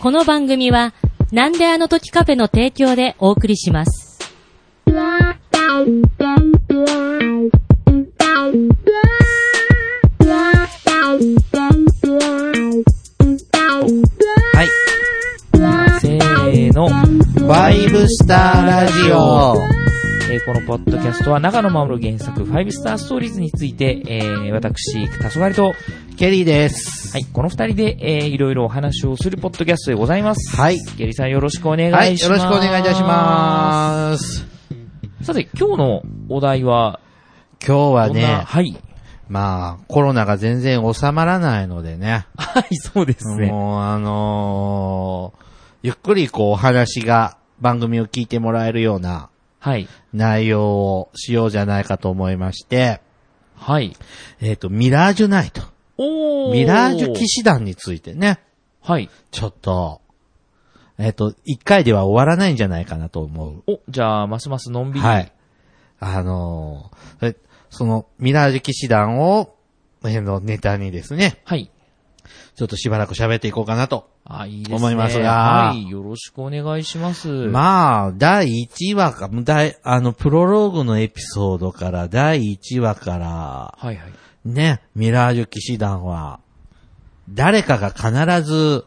この番組は、なんであの時カフェの提供でお送りします。はい。せーの。ファイブスターラジオ。えーこのポッドキャストは長野守原作ファイブスターストーリーズについて、えー、私、たそがりと、はケリーです。い、この二人で、えー、いろいろお話をするポッドキャストでございます。はい。ゲリさんよろしくお願いします。はい、よろしくお願いいたします。す。さて、今日のお題は、今日はどんなね、はい。まあ、コロナが全然収まらないのでね、はい、そうですね。もうあのーゆっくりこうお話が番組を聞いてもらえるようなはい。内容をしようじゃないかと思いまして、はい。えっ、と、ミラージュナイト。おー。ミラージュ騎士団についてね、はい。ちょっと、えっ、と、一回では終わらないんじゃないかなと思う。お、じゃあ、ますますのんびり。はい。あのーそれその、ミラージュ騎士団を、えのネタにですね、はい。ちょっとしばらく喋っていこうかなと。あ、いいですね。思いますがはい。よろしくお願いします。まあ、第1話か、第、あの、プロローグのエピソードから、第1話から、はいはい。ね、ミラージュ騎士団は、誰かが必ず、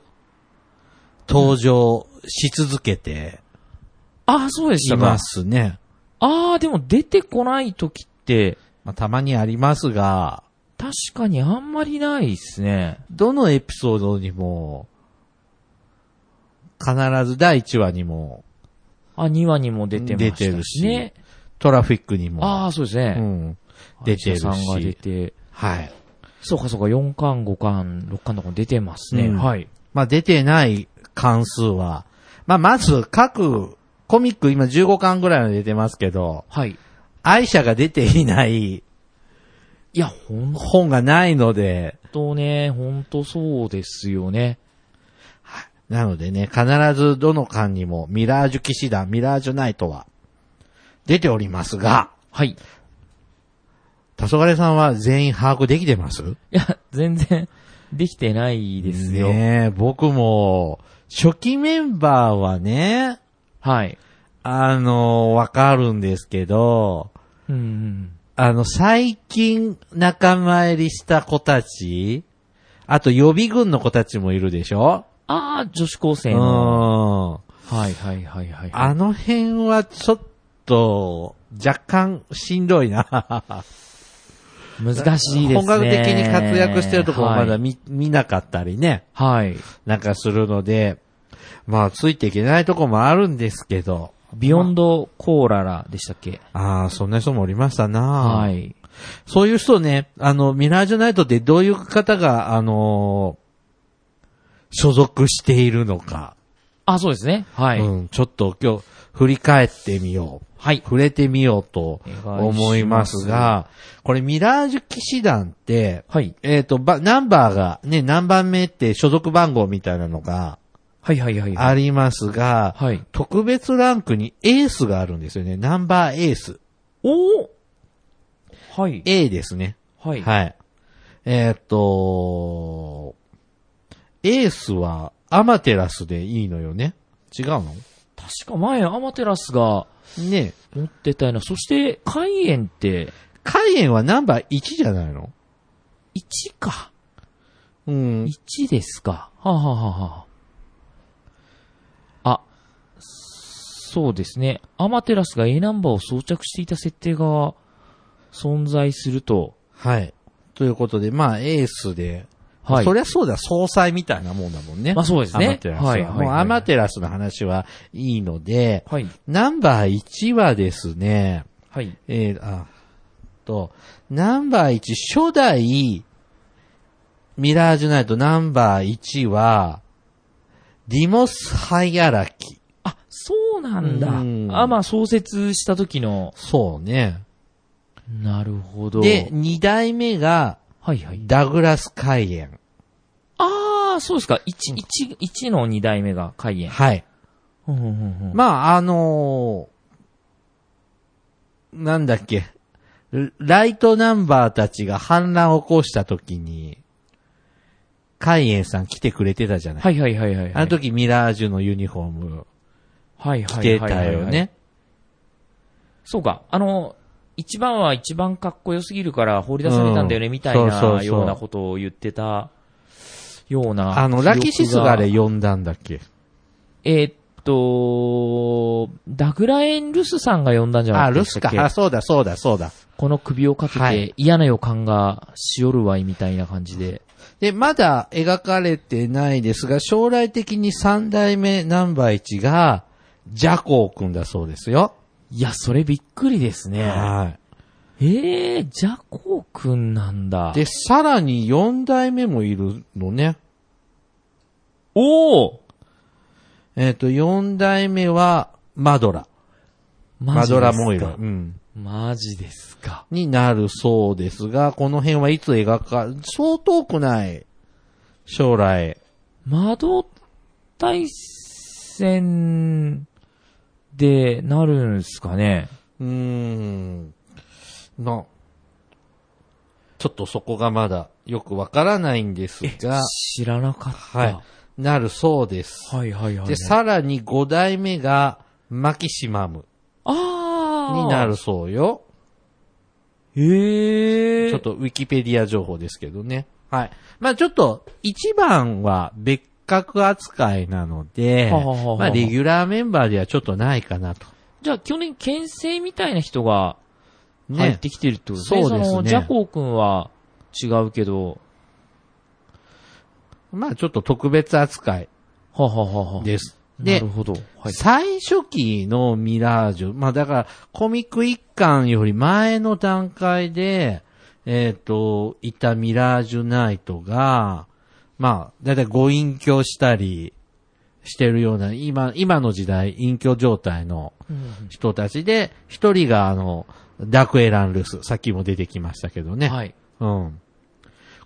登場し続けてあ、そうでしいたまか。すね。あー、でも出てこない時って、まあ、たまにありますが、確かにあんまりないですね。どのエピソードにも、必ず第1話にも、あ、2話にも出てましたし、ね。出てるしトラフィックにあも、あ、そうですね。うん、出てるしさんが出て。はい。そうかそうか、4巻、5巻、6巻とか出てますね。うんはい。まあ、出てない関数は、まあ、まず各、コミック今15巻ぐらいの出てますけど、はい。愛車が出ていないいや、ほん本がないので、とね、ほんとそうですよね。なのでね、必ずどの巻にもミラージュ騎士団、ミラージュナイトは出ておりますが、はい。黄昏さんは全員把握できてますいや、全然、できてないですよ。ねえ、僕も、初期メンバーはね、はい。あの、わかるんですけど、うんうん。あの、最近仲間入りした子たち、あと予備軍の子たちもいるでしょああ、女子高う生ん。の。あはいはいはいはい。の辺はちょっと、若干しんどいな。難しいですね。本格的に活躍してるところまはだい見、見なかったりね、はい。なんかするので、まあ、ついていけないとこもあるんですけど、ビヨンドコーララでしたっけああ、そんな人もおりましたな、はい。そういう人ね、あの、ミラージュナイトってどういう方が、あのー所属しているのか、あ、そうですね。はい。うん、ちょっと今日振り返ってみよう。はい触れてみようと思いますお願が、これミラージュ騎士団って、はい。えっ、と、ば、ナンバーが、ね、何番目って所属番号みたいなのがはいはいはい。ありますが、はい。特別ランクにエースがあるんですよね。ナンバーエース。おおはい。 A ですね。はい。はい。えーっと、エースはアマテラスでいいのよね違うの確か前、アマテラスがねえ。持ってたような。そして、カイエンって、カイエンはナンバー1じゃないの1か。うん。 1ですか。はあ、はあはあはあ、あ、そうですね。アマテラスが A ナンバーを装着していた設定が存在すると、はい。ということで、まあ、エースで、はい。そりゃそうだ、総裁みたいなもんだもんね。まあそうですねアマテラスは。はいはいはいもうアマテラスの話はいいので、はい。ナンバー1はですね、はい。えー、あ、と、ナンバー1、初代、ミラージュナイトナンバー1は、ディモス・ハイアラキ。あ、そうなんだ。うんあ、まあ、創設した時の。そうね。なるほど。で、2代目が、はいはい。ダグラス・カイエン。ああ、そうですか。1、一一の2代目が開演。はい。うんうんうんうんまあ、あのーなんだっけ。ライトナンバーたちが反乱を起こした時に、カイエンさん来てくれてたじゃない。はいはいはいはいはい。あの時ミラージュのユニフォームはい着はいてはいはいはいたよね。そうか。あの、一番は一番かっこよすぎるから放り出されたんだよね、うんみたいなそうそうそうようなことを言ってたような。あ記の、憶がラキシスがあれ呼んだんだっけえーっと、ダグラエン・ルスさんが呼んだんじゃなあ、いでルしスたかっ。けあ、そうだ、そうだ、そうだ。この首をかけて、はい嫌な予感がしおるわいみたいな感じで。で、まだ描かれてないですが、将来的に三代目ナンバー1が、ジャコー君だそうですよ。いや、それびっくりですね。はえー、ジャコーくんなんだ。で、さらに四代目もいるのね。おーえっ、と、四代目は、マドラ。マドラもいる。うん。マジですか。になるそうですが、この辺はいつ描か、そう遠くない、将来。魔導対戦でなるんすかね。うーん。の、ちょっとそこがまだよくわからないんですが、知らなかった。はい。なるそうです。はいはいはい。で、さらに5代目が、マキシマムあーにな。るそうよ。へえ。ちょっ。とウィキペディア情報ですけどね。はい。まあちょっと、1番は別格扱いなので、ははははまあレギュラーメンバーではちょっとないかなと。じゃあ、去年、牽制みたいな人が入っね。てきてるってことですね。そうですねの、ジャコウ君は違うけど、まあちょっと特別扱いはははは。です。なでる、ほど。はい。最初期のミラージュ、まあだからコミック一巻より前の段階で、えっ、と、いたミラージュナイトが、まあ、だいたいご隠居したりしてるような、今、今の時代、隠居状態の人たちで、一人があの、ダクエラン・ルス、さっきも出てきましたけどね。はい。うん。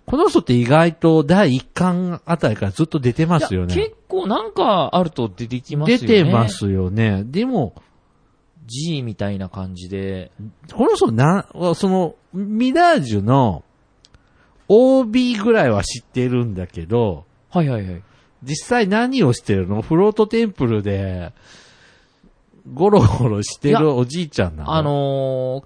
この人って意外と第一巻あたりからずっと出てますよね。いや結構なんかあると出てきますよ出ね。てま。すよね。でも、 G みたいな感じで。この人なん、その、ミラージュの OB ぐらいは知ってるんだけど、はいはいはい。実際何をしてるのフロートテンプルで、ゴロゴロしていやるおじいちゃんなのあ、のー、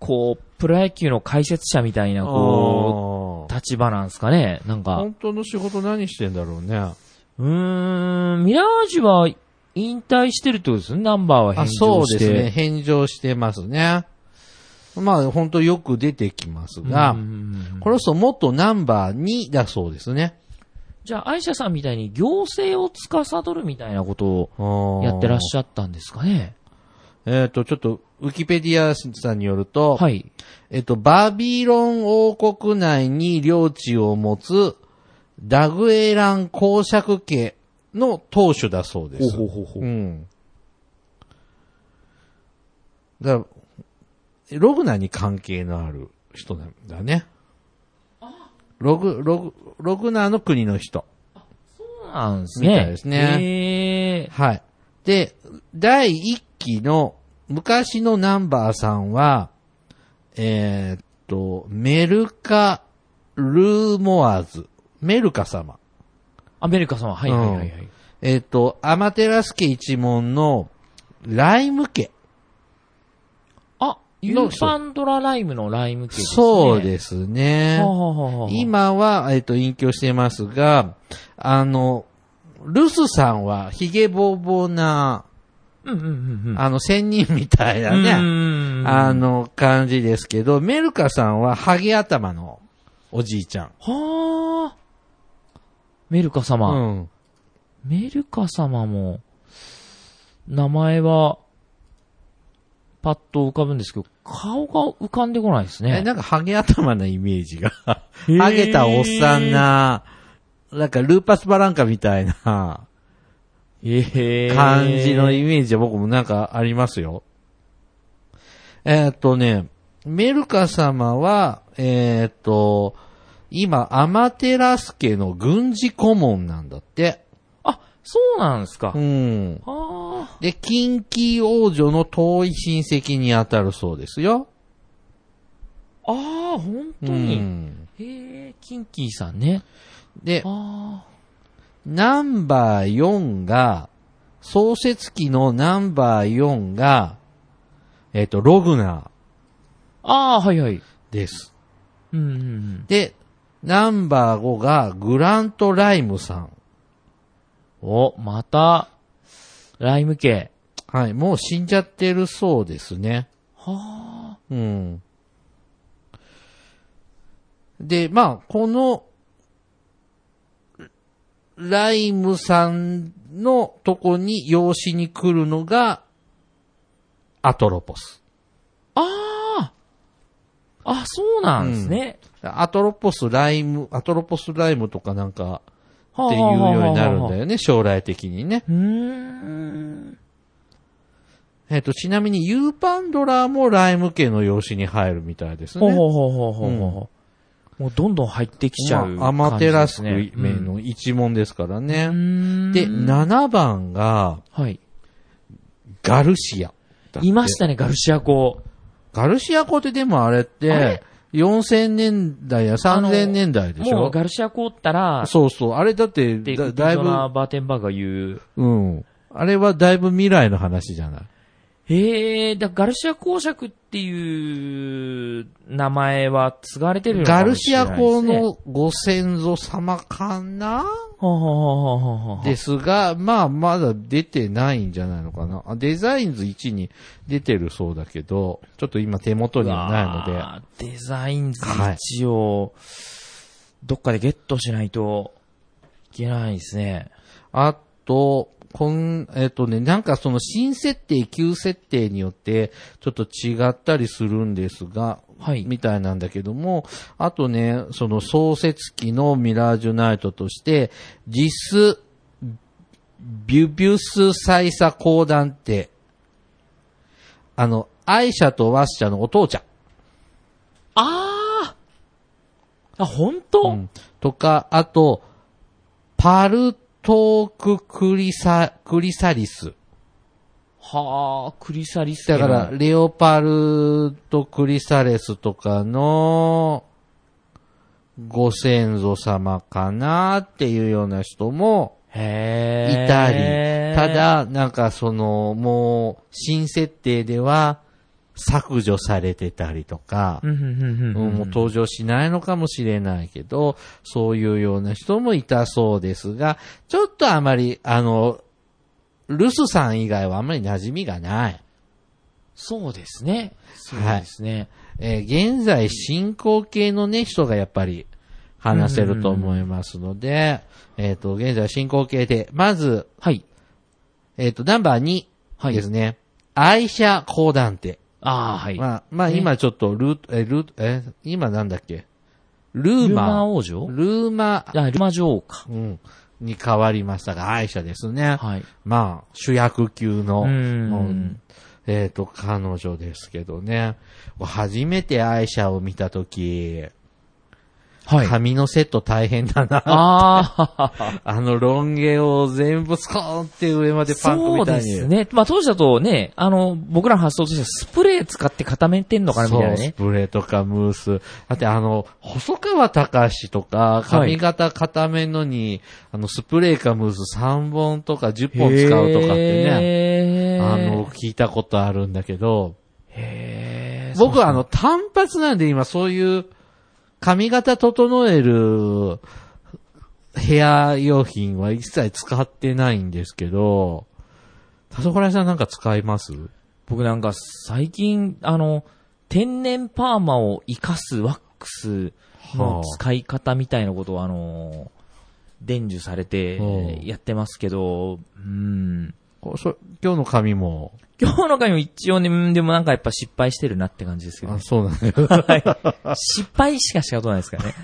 こう、プロ野球の解説者みたいな、ここう、立場なんですかね。なんか、本当の仕事何してんだろうね。うーん、ミラージュは引退してるってことですね。ナンバーは返あ、上して。そうですね。。返上してますね。まあ、本当よく出てきますが、この人元ナンバー2だそうですね。じゃあ、アイシャさんみたいに行政を司るみたいなことをやってらっしゃったんですかね。えっ、と、ちょっと、ウィキペディアさんによると、はい。えっ、と、バビロン王国内に領地を持つ、ダグエラン公爵家の当主だそうです。ほうほうほうほううん。だからログナに関係のある人なんだね。ログ、ログ、ログナの国の人。そうなんですみたいね。ですねね。はい。で、第1期の昔のナンバーさんは、えーっと、メルカ・ルーモアズ。メルカ様。アメリカ様、はいはいはいはい。えーっと、アマテラス家一門のライム家。あ、ユーパンドラライムのライム系ですね。そうす。ですね。はあはあはあはあ今は、えーっと、隠居してますが、あの、ルスさんはヒゲボーボーな、うんうんうんうん。あの、仙人みたいなね。ねあの感じですけど、メルカさんはハゲ頭のおじいちゃん。はあ。メルカ様。うん。メルカ様も、名前は、パッと浮かぶんですけど、顔が浮かんでこないですえ、ね。なんかハゲ頭なイメージが。ーハゲたおっさんな、なんかルーパスバランカみたいなええ感じのイメージは僕もなんかありますよ。えーっとね、メルカ様は、えーっと、今、アマテラス家の軍事顧問なんだって。あ、そうなんですか。うはん。あ。で、近畿王女の遠い親戚に当たるそうですよ。ああ、本当うに。んへえ、キンキーさんね。で、あナンバー4が、創設機のナンバー4が、えっ、と、ログナあ。ああ、はいはい。ーです。うんうんうん。で、ナンバー5がグラントライムさん。お、また、ライム系。はい、もう死んじゃってるそうですね。はあ。うん。で、まあ、この、ライムさんのとこに養子に来るのが、アトロポス。ああ。あ、そうなんですね。アトロポスライム、アトロポスライムとかなんかはあっていうはあようはあはあになるんだよね、将来的にね。うーん。えっ、と、ちなみにユーパンドラもライム系の養子に入るみたいですほうね。ほうほうほうほうほう。もうどんどん入ってきちゃう感じです、ね。まあアマテラスク名名の一問ですからね。で、で、 7番がはい。ガルシア。いましたね、ガルシア校。ガルシア校ってでもあれっあてれ、 4000年代や3000年代でしもうょガルシア校ったら、そうそう。あれだってで、だ、だいジョぶ、ナー・バーテンバーが言う、うん。あれはだいぶ未来の話じゃない。へえ、だガルシア公爵っていう名前は継がれてるのかガもルしシれアないです公ね。のご先祖様かなほうほうほうほうほうほうですが、まあ、まだ出てないんじゃないのかな。あデザインズ1に出てるそうだけど、ちょっと今手元にはないので、わあデザインズ一応、どっかでゲットしないといけないですね。あと、こん、えっ、とね、なんかその新設定、旧設定によって、ちょっと違ったりするんですが、はいみたいなんだけども、あとね、その創設機のミラージュナイトとして、ジス、ビュビュス祭左公団って、あの、アイシャとワッシャのお父ちゃん。あああ、本当、うんとか、あと、パルトーククリサ、クリサリス。はあ、クリサリスだ家のから、レオパルトクリサレスとかの、ご先祖様かなっていうような人もいへえ。たり、た、だ、なんかその、もう、新設定では削除されてたりとか、うん、うん、うん、うん、う。もうん登場しないのかもしれないけど、そういうような人もいたそうですが、ちょっとあまり、あの、ルスさん以外はあまり馴染みがない。そうですね。そうですね。えー現在進行形のね、人がやっぱり話せると思いますので、えっ、と、現在進行形で、まず、はい。えっ、と、ナンバー2ですね。愛車講談って。ああ、はい。まあ、まあね今ちょっとルート、えー、ルート、えー今なんだっけルルーーママー。王女ルーマあ、ルーマ女王か。うん。に変わりましたが、愛車ですね。はい。まあ、主役級の、うーんうんえっ、と、彼女ですけどね。初めて愛車を見たとき、はい。あ髪のセット大変だな。 あ あのロン毛を全部スコーンって上までー、パンクそみうたでいに。すね。まあ当時だとね、あの、僕らの発想としてはスプレー使って固めてんのかなみたいなそうスね。プレーとかムース。だってあの、細川隆史とか、髪型固めのに、あの、スプレーかムース3本とか10本使うとかってね。ねあの、、聞いたことあるんだけど、へー僕はあの、単発なんで今そういう、髪型整える、ヘア用品は一切使ってないんですけど、田所さんなんか使います僕なんか最近、あの、天然パーマを活かすワックスの使い方みたいなことを、あの、伝授されてうんやってますけど、うん。こそ今日の髪も、今日の回も一応ね、うんでもなんかやっぱ失敗してるなって感じですけどあ、ね、そうなんだよ。 失敗しかしたことないですからね。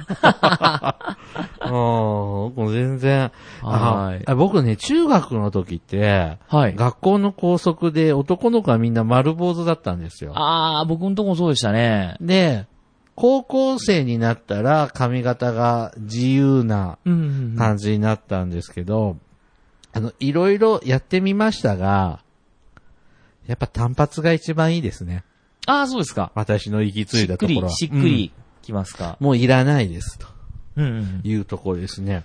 うん、もう全然。は あいあ僕ね、中学の時って、はい。学校の校則で男の子はみんな丸坊主だったんですよ。あー、僕のとこもそうでしたね。で、高校生になったら髪型が自由なうん。感じになったんですけど、あの、いろいろやってみましたが、やっぱ単発が一番いいですね。あー、そうですか。私の行きし継いっだくとこりろ、は。しっくうんりきますか。もういらないですと。うんうん。いうところですね。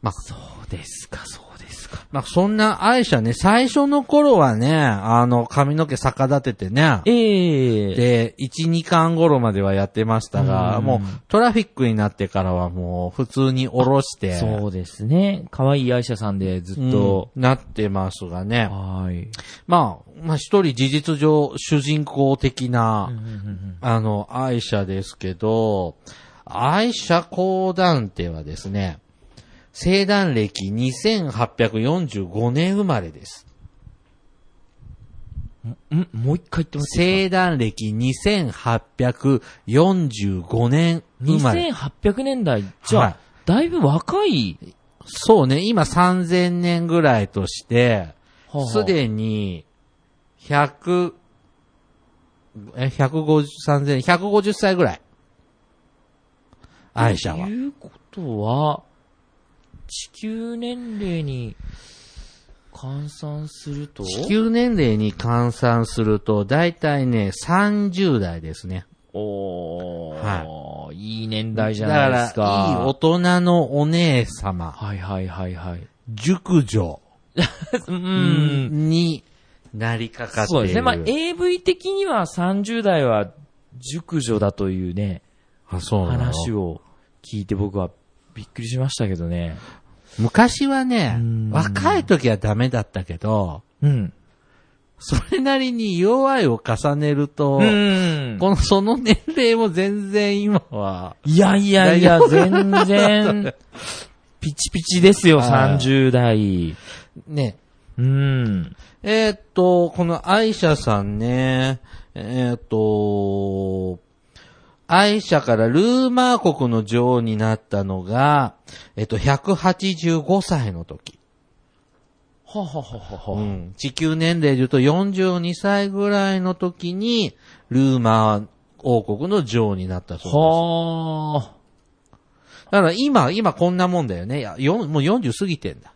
まあ、そうですか、そうですか。まあ、そんな愛車ね、最初の頃はね、あの、髪の毛逆立ててね、ええで、1、2巻頃まではやってましたが、うんもうトラフィックになってからはもう普通に下ろして、そうですね。可愛い愛車さんでずっと。うんなってますがね。はい。まあ、まあ一人事実上主人公的な、うんうんうんあの、愛車ですけど、愛車講談ってはですね、生誕歴2845年生まれです。うんんもう一回言ってます生誕歴2845年生まれ。 2800年代。じゃあ、はいだいぶ若い。そうね、今3000年ぐらいとして、はあすでに、100、え、150、3000、150歳ぐらい。愛車はと。いうことは、地球年齢に換算すると、地球年齢に換算すると、だいたいね、30代ですね。おー、い、い年代じゃないですか。だから、いい大人のお姉様、はいはいはいはい。熟女ううんん。になりかかっている。そうですね。まあ、AV 的には30代は熟女だというね、あ、そうなの話を聞いて僕はびっくりしましたけどね。昔はねうん、若い時はダメだったけど、うん。それなりに弱いを重ねると、うん。この、その年齢も全然今は、いやいやいや、全然、ピチピチですよ、はい30代。ね、うん。えーっと、この愛車さんね、えーっと、愛車からルーマー国の女王になったのが、えっと、185歳の時。ははははうは。ん、地球年齢で言うと42歳ぐらいの時に、ルーマー王国の女王になったそうです。はあ。だから今、今こんなもんだよね。いやよんもう40過ぎてんだ。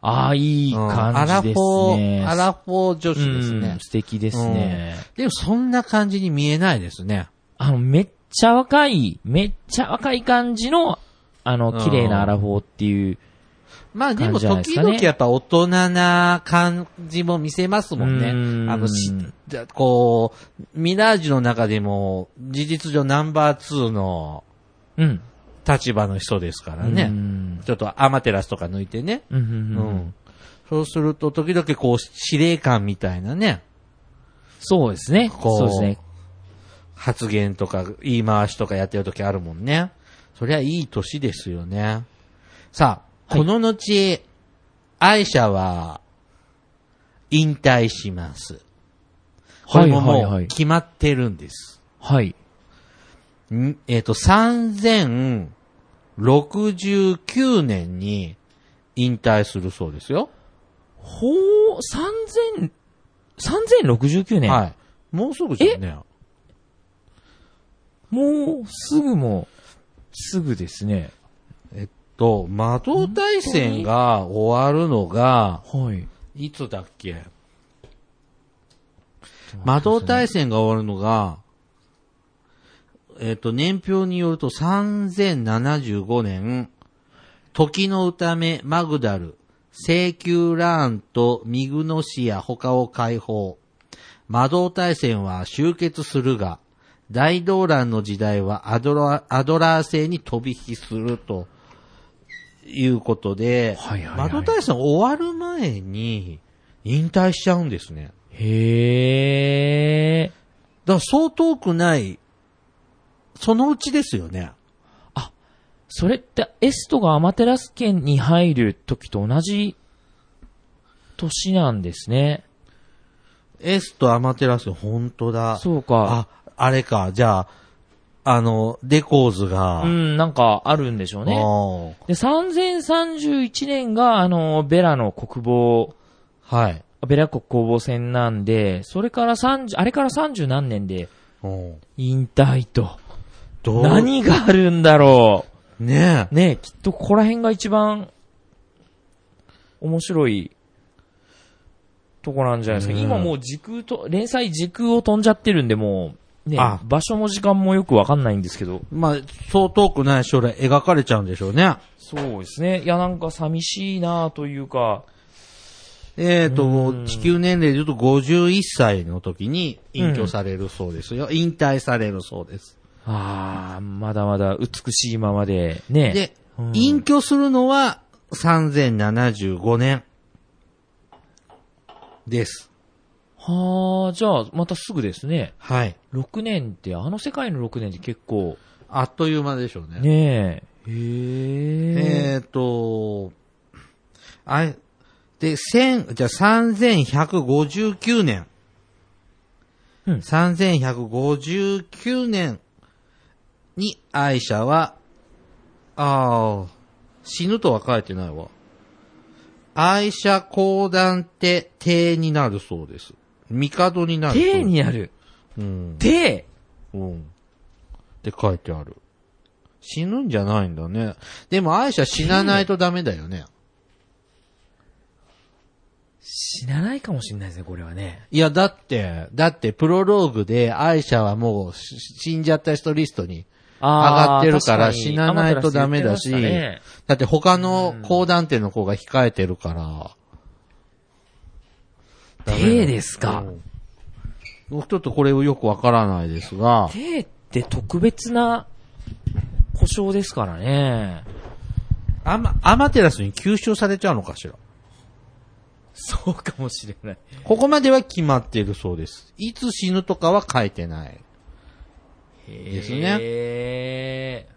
ああ、いい感じですね。うんアラフォー、アラフォー女子うんですね。素敵ですね。でもそんな感じに見えないですね。あの、めっちゃ若い、めっちゃ若い感じの、あうんの、綺麗なアラフォーっていう。まあでも感じじゃないで時すかね々やっぱ大人な感じも見せますもんね。うんあの、し、じゃこう、ミラージュの中でも、事実上ナンバー2のうん。立場の人ですからね。うん。ちょっとアマテラスとか抜いてね。うんううんん。うん。そうすると時々こう、司令官みたいなね。そうですね。こうそうですね。発言とか言い回しとかやってる時あるもんね。そりゃいい年ですよね。さあ、はいこの後、愛車は、引退します。これもはいはいもはうい決まってるんです。はい。んえっ、と、3069年に引退するそうですよ。ほう、3000、3069年。はい。もうすぐじゃんね。もう、すぐも、すぐですね。と、魔導大戦が終わるのが、はい。いつだっけ魔導大戦が終わるのが、えっ、と、年表によると3075年、時の歌めマグダル、セキュラーンとミグノシア他を解放。魔導大戦は終結するが、大動乱の時代はアドラアドラー星に飛び火するということで、はいはいはい魔導大戦終わる前に引退しちゃうんですね。へえ。だからそう遠くない、そのうちですよね。それって、エストがアマテラス圏に入る時と同じ年なんですね。エスとアマテラス、本当だ。そうか。あ、あれか、じゃあ、あの、デコーズが、うん、なんかあるんでしょうね。ね。で、3031年が、あの、ベラの国防、はい。ベラ国攻防戦なんで、それから30、あれから30何年でうん引退と。どう何があるんだろねう。ねえきっとここら辺が一番面白いとこなんじゃないですか。うん今もう時空と、連載時空を飛んじゃってるんで、もうねあ、場所も時間もよくわかんないんですけど、まあ、そう遠くない将来描かれちゃうんでしょうね。そうですね。いや、なんか寂しいなというか、えっ、と、地球年齢で言うと51歳の時に隠居されるそうですよ。引退されるそうです。ああ、まだまだ美しいままで、ね。で、隠居するのは3075年です。はあ、じゃあ、またすぐですね。はい。 6年って、あの世界の6年って結構、あっという間でしょうね。ねえ。へえ。えっ、と、あれ、で、千、じゃあ3159年。うん3159年に愛車は、ああ、死ぬとは書いてないわ。愛車公団って帝になるそうです。帝になるそうです。手にある。うん。手うん。って書いてある。死ぬんじゃないんだね。でも、愛車死なないとダメだよね。死なないかもしれないですね、これはね。いや、だって、だって、プロローグで愛車はもうし死んじゃった人リストに上がってるから死なないとダメだし、だって他の高団体の子が控えてるから。ダメだ手ですか。うんちょっとこれをよくわからないですが、手って特別な故障ですからね。アマアマテラスに吸収されちゃうのかしら。そうかもしれない。ここまでは決まっているそうです。いつ死ぬとかは書いてない。ですねね。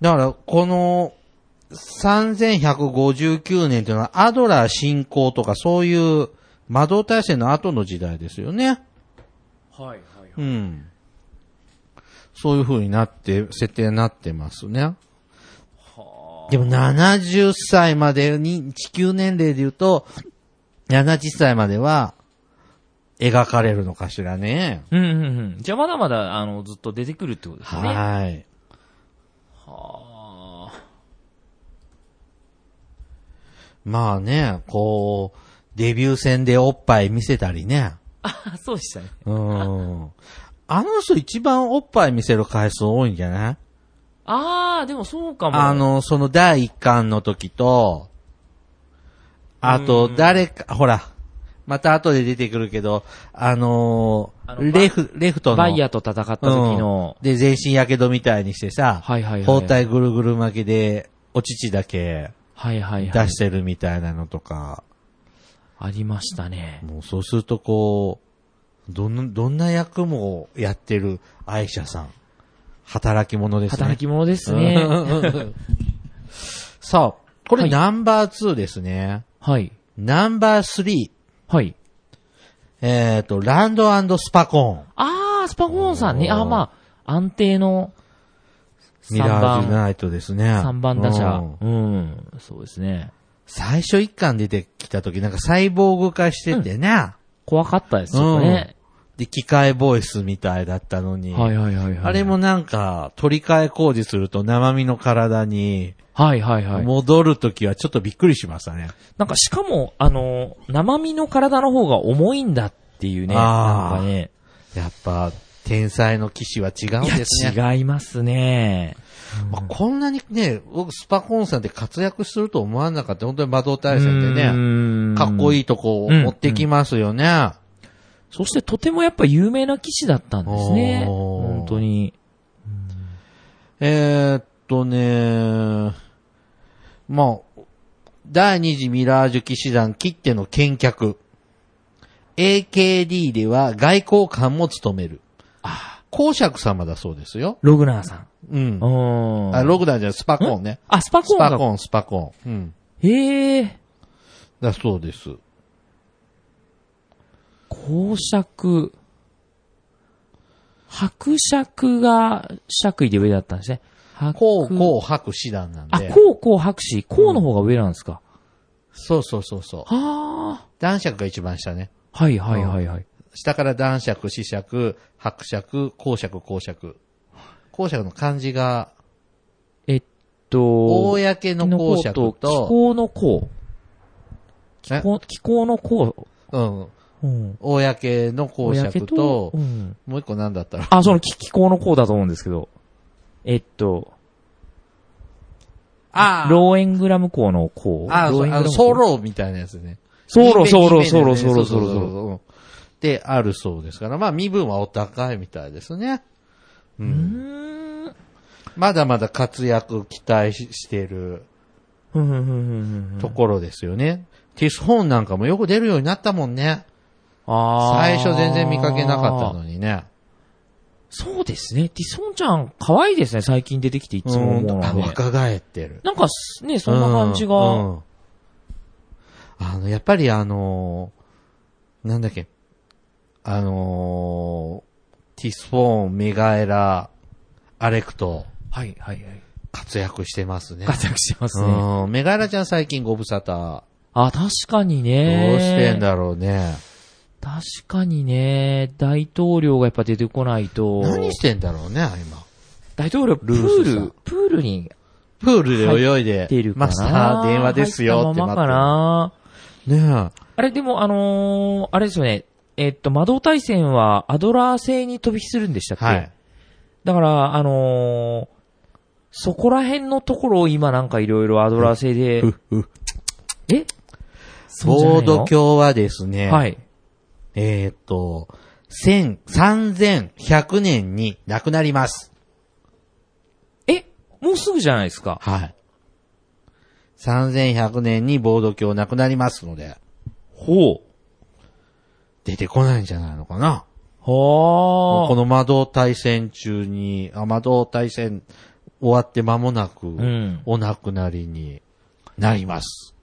だから、この、3159年というのは、アドラー信仰とか、そういう、魔導体制の後の時代ですよね。はいはいはい。うん。そういう風になって、設定になってますね。でも、70歳までに、地球年齢で言うと、70歳までは、描かれるのかしらね。うんうんうん。じゃあまだまだ、あの、ずっと出てくるってことですね。はい。あーまあね、こう、デビュー戦でおっぱい見せたりね。あ、 そうでしたね。うん。あの人一番おっぱい見せる回数多いんじゃないあー、でもそうかも。あ、の、その第一巻の時と、あと、誰か、ほら、また後で出てくるけど、あのーあのレフ、レフトの。バイヤーと戦った時の、うんで、全身やけどみたいにしてさ、はいはいはい包帯ぐるぐる巻きで、お乳だけはいはいはい出。してるみたいなのとか、ありましたね。もうそうするとこう、どん、どんな役もやってる愛者さん。働き者ですね。働き者ですね。ね。 さあ、こはれいナンバー2ですね。はい。ナンバー3、はい。えっ、と、ランドスパコーン。あー、スパコーンさんね。おーあー、まあ、安定の、ミ3ラージュ番、ナイトですね。三番打者うん。うん。そうですね。最初一巻出てきた時なんかサイボーグ化しててね。怖かったですよね。で、機械ボイスみたいだったのに。はいはいはいはい。あれもなんか、取り替え工事すると生身の体にはいはいはい。戻るときはちょっとびっくりしましたね。なんかしかも、あの、生身の体の方が重いんだっていうね。あーなんかね。やっぱ、天才の騎士は違うんですね。いや、違いますね。まあこんなにね、僕スパコンさんで活躍すると思わなかった。本当に魔導大戦でね、ねかっこいい。いいとこを持ってきますよね。そしてとてもやっぱ有名な騎士だったんですね。おー本当に。えーっとね、まあ、第二次ミラージュ騎士団切っての見客。AKD では外交官も務める。あ、公爵様だそうですよ。ログナーさん。うんう。ん。あ、ログダンじゃないスパコンね。あ、スパコスーンパが。コン、スパコン。うん。へえ。だそうです。公爵。伯爵が爵位で上だったんですね。伯こう、こう、白師団なんあ、で。こう、こう、博士。こうの方が上なんですか。そうそうそうそう。は男爵が一番下ね。あ。はいはいはいはい。下から男爵、子爵、伯爵、公爵、公爵。公爵の漢字が、えっ公と、の公爵気と、候の公。えこう気候の公。うん。うん。公の公爵と公、うん。もう一個なんだったら、あ、その、気気候の項だと思うんですけど。えっと、あーローエングラム項の項。あー、ロそーエうングあラムの、項ソロみたいなやつね。ソロ、ソロ、イメージソロ、イソメージロ、そソうロ、そうソそうロ。そうで、あるそうですから、まあ身分はお高いみたいですね。う。うんーん。まだまだ活躍期待ししてるふんふんふんふんふんところですよね。ティスホーンなんかもよく出るようになったもんね。あー最初全然見かけなかったのにね。そうですね。ティソンちゃん、可愛いですね。最近出てきていつもう。思うんあ、ので。若返ってる。なんかす、ね、そんな感じが。うんうんあの、やっぱりあのーなんだっけ、あのーティスフォーン、メガエラ、アレクト、はい、はい、はい。活躍してますね。活躍してますね。うん、メガエラちゃん最近ご無沙汰。 あ、確かにね。どうしてんだろうね。確かにね、大統領がやっぱ出てこないと。何してんだろうね、今。大統領、プルースーさんル、プールにプールで泳いで、出るかな。マスター電話ですよって入ったま待まってかな。る。ねえ。あれ、でも、あのーあれですよね。えっと、魔導大戦はアドラー製に飛び火するんでしたっけ、はい。だから、あのーそこら辺のところを今なんかいろいろアドラー製で、えそうじゃないのボード教はですね、はい。えーっと、千、三千百年に亡くなります。えもうすぐじゃないですか。はい。三千百年にボード教亡くなりますので、ほう。出てこないんじゃないのかな。はあ。この魔導大戦中に、あ魔導大戦終わって間もなく、んお亡くなりになります。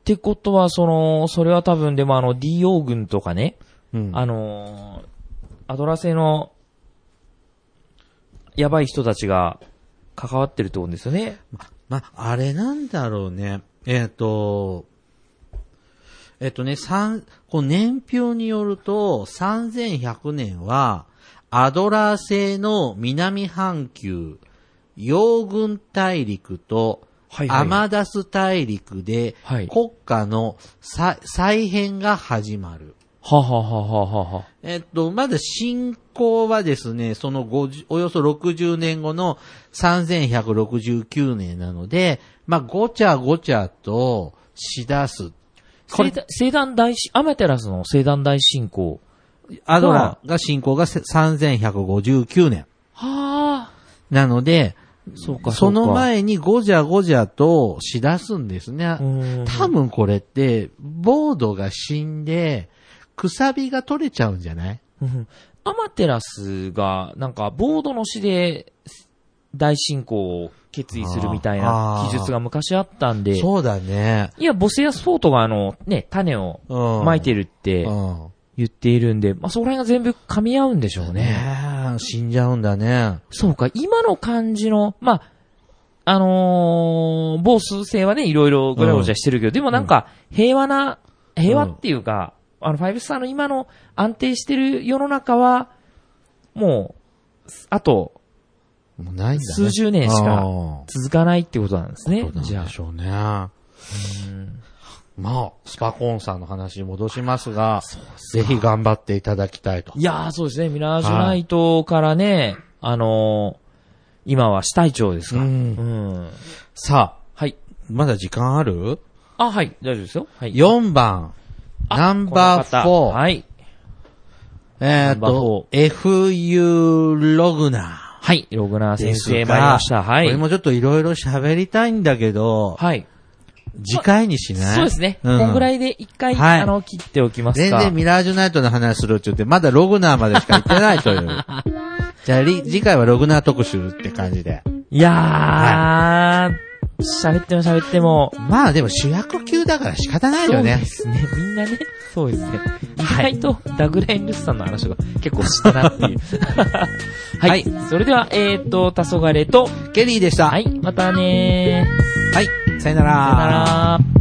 ってことは、その、それは多分、でもあの、DO 軍とかね、うん。あのーアドラ製の、やばい人たちが関わってると思うんですよね。ま、あれなんだろうね。えっ、と、えっ、とね、三、こう年表によると、3100年は、アドラー製の南半球、洋軍大陸と、はいはいアマダス大陸ではい、国家の再再編が始まる。はあはあはあはあはあえっと、まだ進行はですね、その50、およそ60年後の3169年なので、まあ、ごちゃごちゃとしだす。これ、聖壇大し、アメテラスの聖壇大進行。アドラが進行がせ3159年。はあ。なので、そうか、そのう前にごじゃごじゃとしだすんですね。か。うん。多分これって、ボードが死んで、くさびが取れちゃうんじゃないうんアマテラスが、なんか、ボードの死で、大進行を決意するみたいあなー記述が昔あったんで。そうだね。いや、ボセアスフォートがあの、ね、種をうん。撒いてるってうん。言っているんで、まあ、そこら辺が全部噛み合うんでしょうね。ねえ、死んじゃうんだね。そうか、今の感じの、まあ、あのー、某数勢はね、いろいろごちゃごちゃしてるけど、でもなんか、平和な、平和っていうか、あの、ファイブスターの今の安定してる世の中は、もう、あと、もうないんだね。数十年しかあ続かないってことなんですーねそう。なんじゃでしょうね。まあ、スパコンさんの話に戻しますが、ぜひ頑張っていただきたいとい。やー、そうですね。ミラージュナイトからね、あのー今は死隊長ですか。ううんん。さあ、はい。まだ時間あるあ、はい。大丈夫ですよ。はい。 ?4 番、あナンバーこの方4、はい。えナっンバとー、 FU ログナはい。ログナーーで先すが。生参りました。はこれい。もちょっといろいろ喋りたいんだけど、はい。次回にしないそうですね。うんこんぐらいで一回、はいあの、切っておきます全か。然ミラージュナイトの話するって言って、まだログナーまでしか行ってないと いう。じゃあ、り次回はログナー特集って感じで。いやー、喋っても喋っても、まあでも主役級だから仕方ないそようでね。すね。みんなね、そうですね。意外とダグレイン・ルスさんの話が結構したなっていう。 はい、はいそれでは、えーっと、黄昏と、ケリーでした。はい、またねー。はい。さよなさよなら。